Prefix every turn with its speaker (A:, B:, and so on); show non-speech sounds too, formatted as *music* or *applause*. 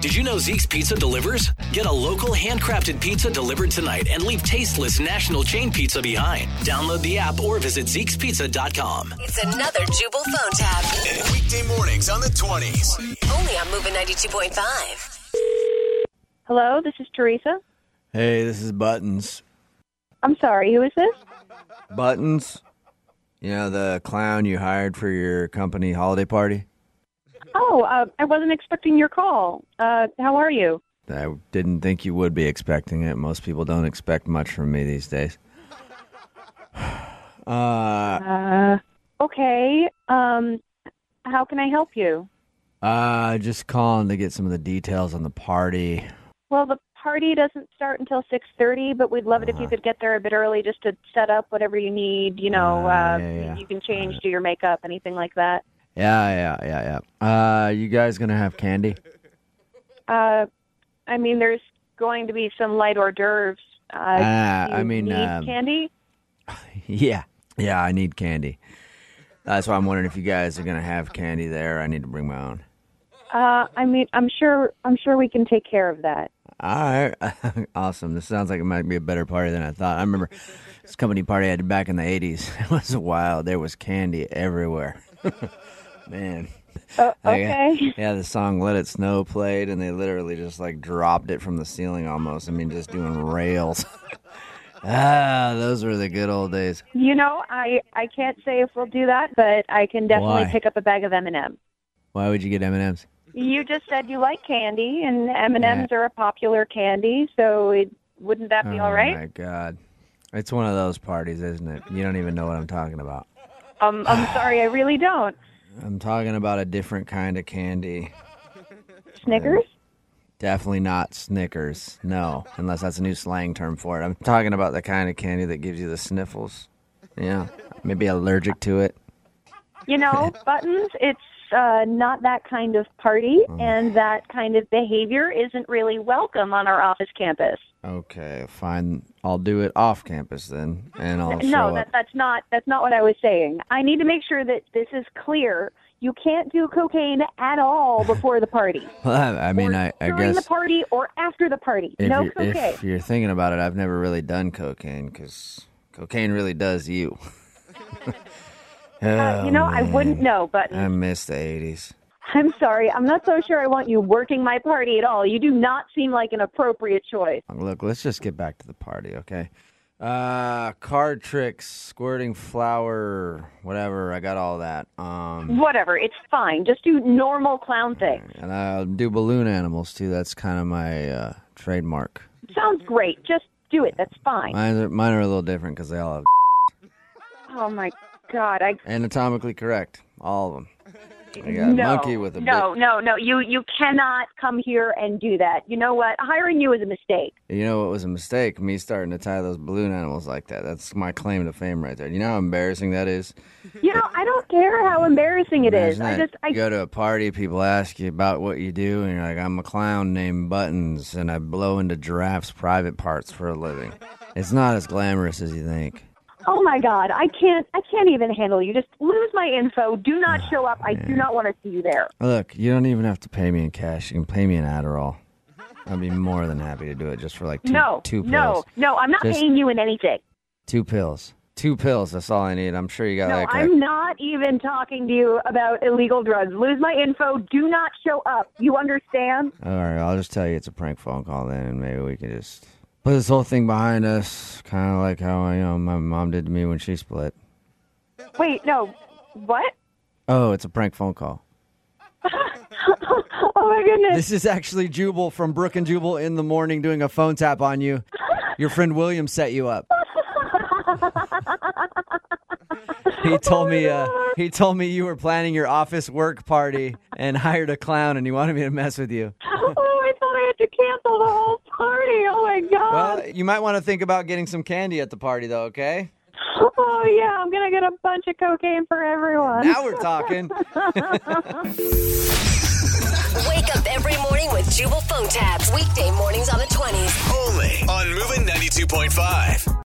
A: Did you know Zeke's Pizza delivers? Get a local handcrafted pizza delivered tonight and leave tasteless national chain pizza behind. Download the app or visit Zeke'sPizza.com.
B: It's another Jubal phone tab.
C: Weekday mornings on the 20s.
B: Only on Moving 92.5.
D: Hello, this is Teresa.
E: Hey, this is Buttons.
D: I'm sorry, who is this?
E: Buttons? You know, the clown you hired for your company holiday party?
D: Oh, uh, I wasn't expecting your call. Uh, how are you?
E: I didn't think you would be expecting it. Most people don't expect much from me these days. *sighs* Uh,
D: Uh, okay. Um, how can I help you?
E: uh, just calling to get some of the details on the party.
D: Well, the party doesn't start until 6:30, but we'd love it if
E: Uh-huh.
D: you could get there a bit early just to set up whatever you need, you know, uh,
E: Ah, yeah, yeah.
D: you can change, do your makeup, anything like that.
E: Yeah, yeah, yeah, yeah. Uh, you guys gonna have candy? *laughs*
D: Uh, I mean, there's going to be some light hors d'oeuvres. Uh,
E: Ah,
D: do
E: I
D: you
E: mean,
D: need
E: um,
D: candy?
E: Yeah, yeah. I need candy. That's why I'm wondering if you guys are gonna have candy there. I need to bring my own.
D: Uh, I mean, I'm sure I'm sure we can take care of that.
E: All right, *laughs* awesome. This sounds like it might be a better party than I thought. I remember this company party I had back in the '80s. *laughs* It was wild. There was candy everywhere. *laughs* Man.
D: Oh,
E: Like,
D: okay.
E: yeah, the song "Let It Snow" played, and they literally just like dropped it from the ceiling almost. I mean, just doing rails. *laughs* ah, those were the good old days.
D: You know, I I can't say if we'll do that, but I can definitely
E: Why?
D: pick up a bag of M and M's.
E: Why would you get M and M's?
D: You just said you like candy, and M and M's are a popular candy, so it, wouldn't that be all
E: Oh my
D: right?
E: god, it's one of those parties, isn't it? You don't even know what I'm talking about.
D: Um,
E: *sighs*
D: I'm sorry, I really don't.
E: I'm talking about a different kind of candy.
D: Snickers.
E: Definitely not Snickers. No, unless that's a new slang term for it. I'm talking about the kind of candy that gives you the sniffles. Yeah, maybe allergic to it.
D: You
E: *laughs*
D: know, buttons. It's uh, not that kind of party,
E: Mm.
D: and that kind of behavior isn't really welcome on our office campus.
E: Okay, fine. I'll do it off campus then, and I'll
D: No,
E: show
D: that,
E: up.
D: that's not that's not what I was saying. I need to make sure that this is clear. You can't do cocaine at all before the party.
E: *laughs* Well, I I mean,
D: or
E: I, I
D: during the
E: guess
D: party or after the party.
E: if,
D: no
E: you,
D: cocaine.
E: if you're thinking about it, I've never really done cocaine because cocaine really does you.
D: Uh,
E: oh,
D: you know, I wouldn't know, but
E: I miss the '80s.
D: I'm sorry. I'm not so sure I want you working my party at all. You do not seem like an appropriate choice.
E: Look, let's just get back to the party, okay? Uh, card tricks, squirting flour, whatever. I got all that. Um,
D: Whatever, it's fine. Just do normal clown things.
E: and I'll do balloon animals too. That's kind of my uh, trademark.
D: Sounds great. Just do it. That's fine.
E: Mine are, mine are a little different because they all have *laughs*
D: Oh my god. I
E: anatomically correct. All of them. I got
D: no,
E: monkey with a
D: no, no, no. You you cannot come here and do that. You know what? Hiring you is a mistake.
E: bit. You know what was a mistake? Me starting to tie those balloon animals like that. That's my claim to fame right there. You know how embarrassing that is.
D: You know, I don't care how embarrassing it is.
E: Imagine
D: I
E: that.
D: just I
E: you go to a party, people ask you about what you do, and you're like, "I'm a clown named Buttons, and I blow into giraffes' private parts for a living." It's not as glamorous as you think.
D: Oh my God, I can't, I can't even handle you. Just lose my info. Do not
E: Ah,
D: show up. I do not want to see you there.
E: Look, you don't even have to pay me in cash. You can pay me in Adderall. I'd be more than happy to do it just for like two,
D: No,
E: two pills.
D: no, no. I'm not
E: Just-
D: paying you in anything.
E: Two pills. Two pills. That's all I need. I'm sure you got
D: No,
E: that. kind of-
D: I'm not even talking to you about illegal drugs. Lose my info. Do not show up. You understand?
E: All right, I'll just tell you it's a prank phone call then, and maybe we can just put this whole thing behind us, kind of like how I, you know, my mom did to me when she split.
D: Wait, no. What?
E: Oh, it's a prank phone call.
D: Oh my goodness.
E: This is actually Jubal from Brook and Jubal in the morning doing a phone tap on you. Your friend William set you up. he told me uh, he told me you were planning your office work party and hired a clown and he wanted me to mess with you.
D: *laughs* oh, I thought I had to cancel the whole party. Oh my God.
E: Well, you might want to think about getting some candy at the party though, okay?
D: oh yeah, I'm gonna get a bunch of cocaine for everyone.
E: Now we're talking.
B: Wake up every morning with Jubal phone tabs. Weekday mornings on the 20s.
C: Only on Moving 92.5.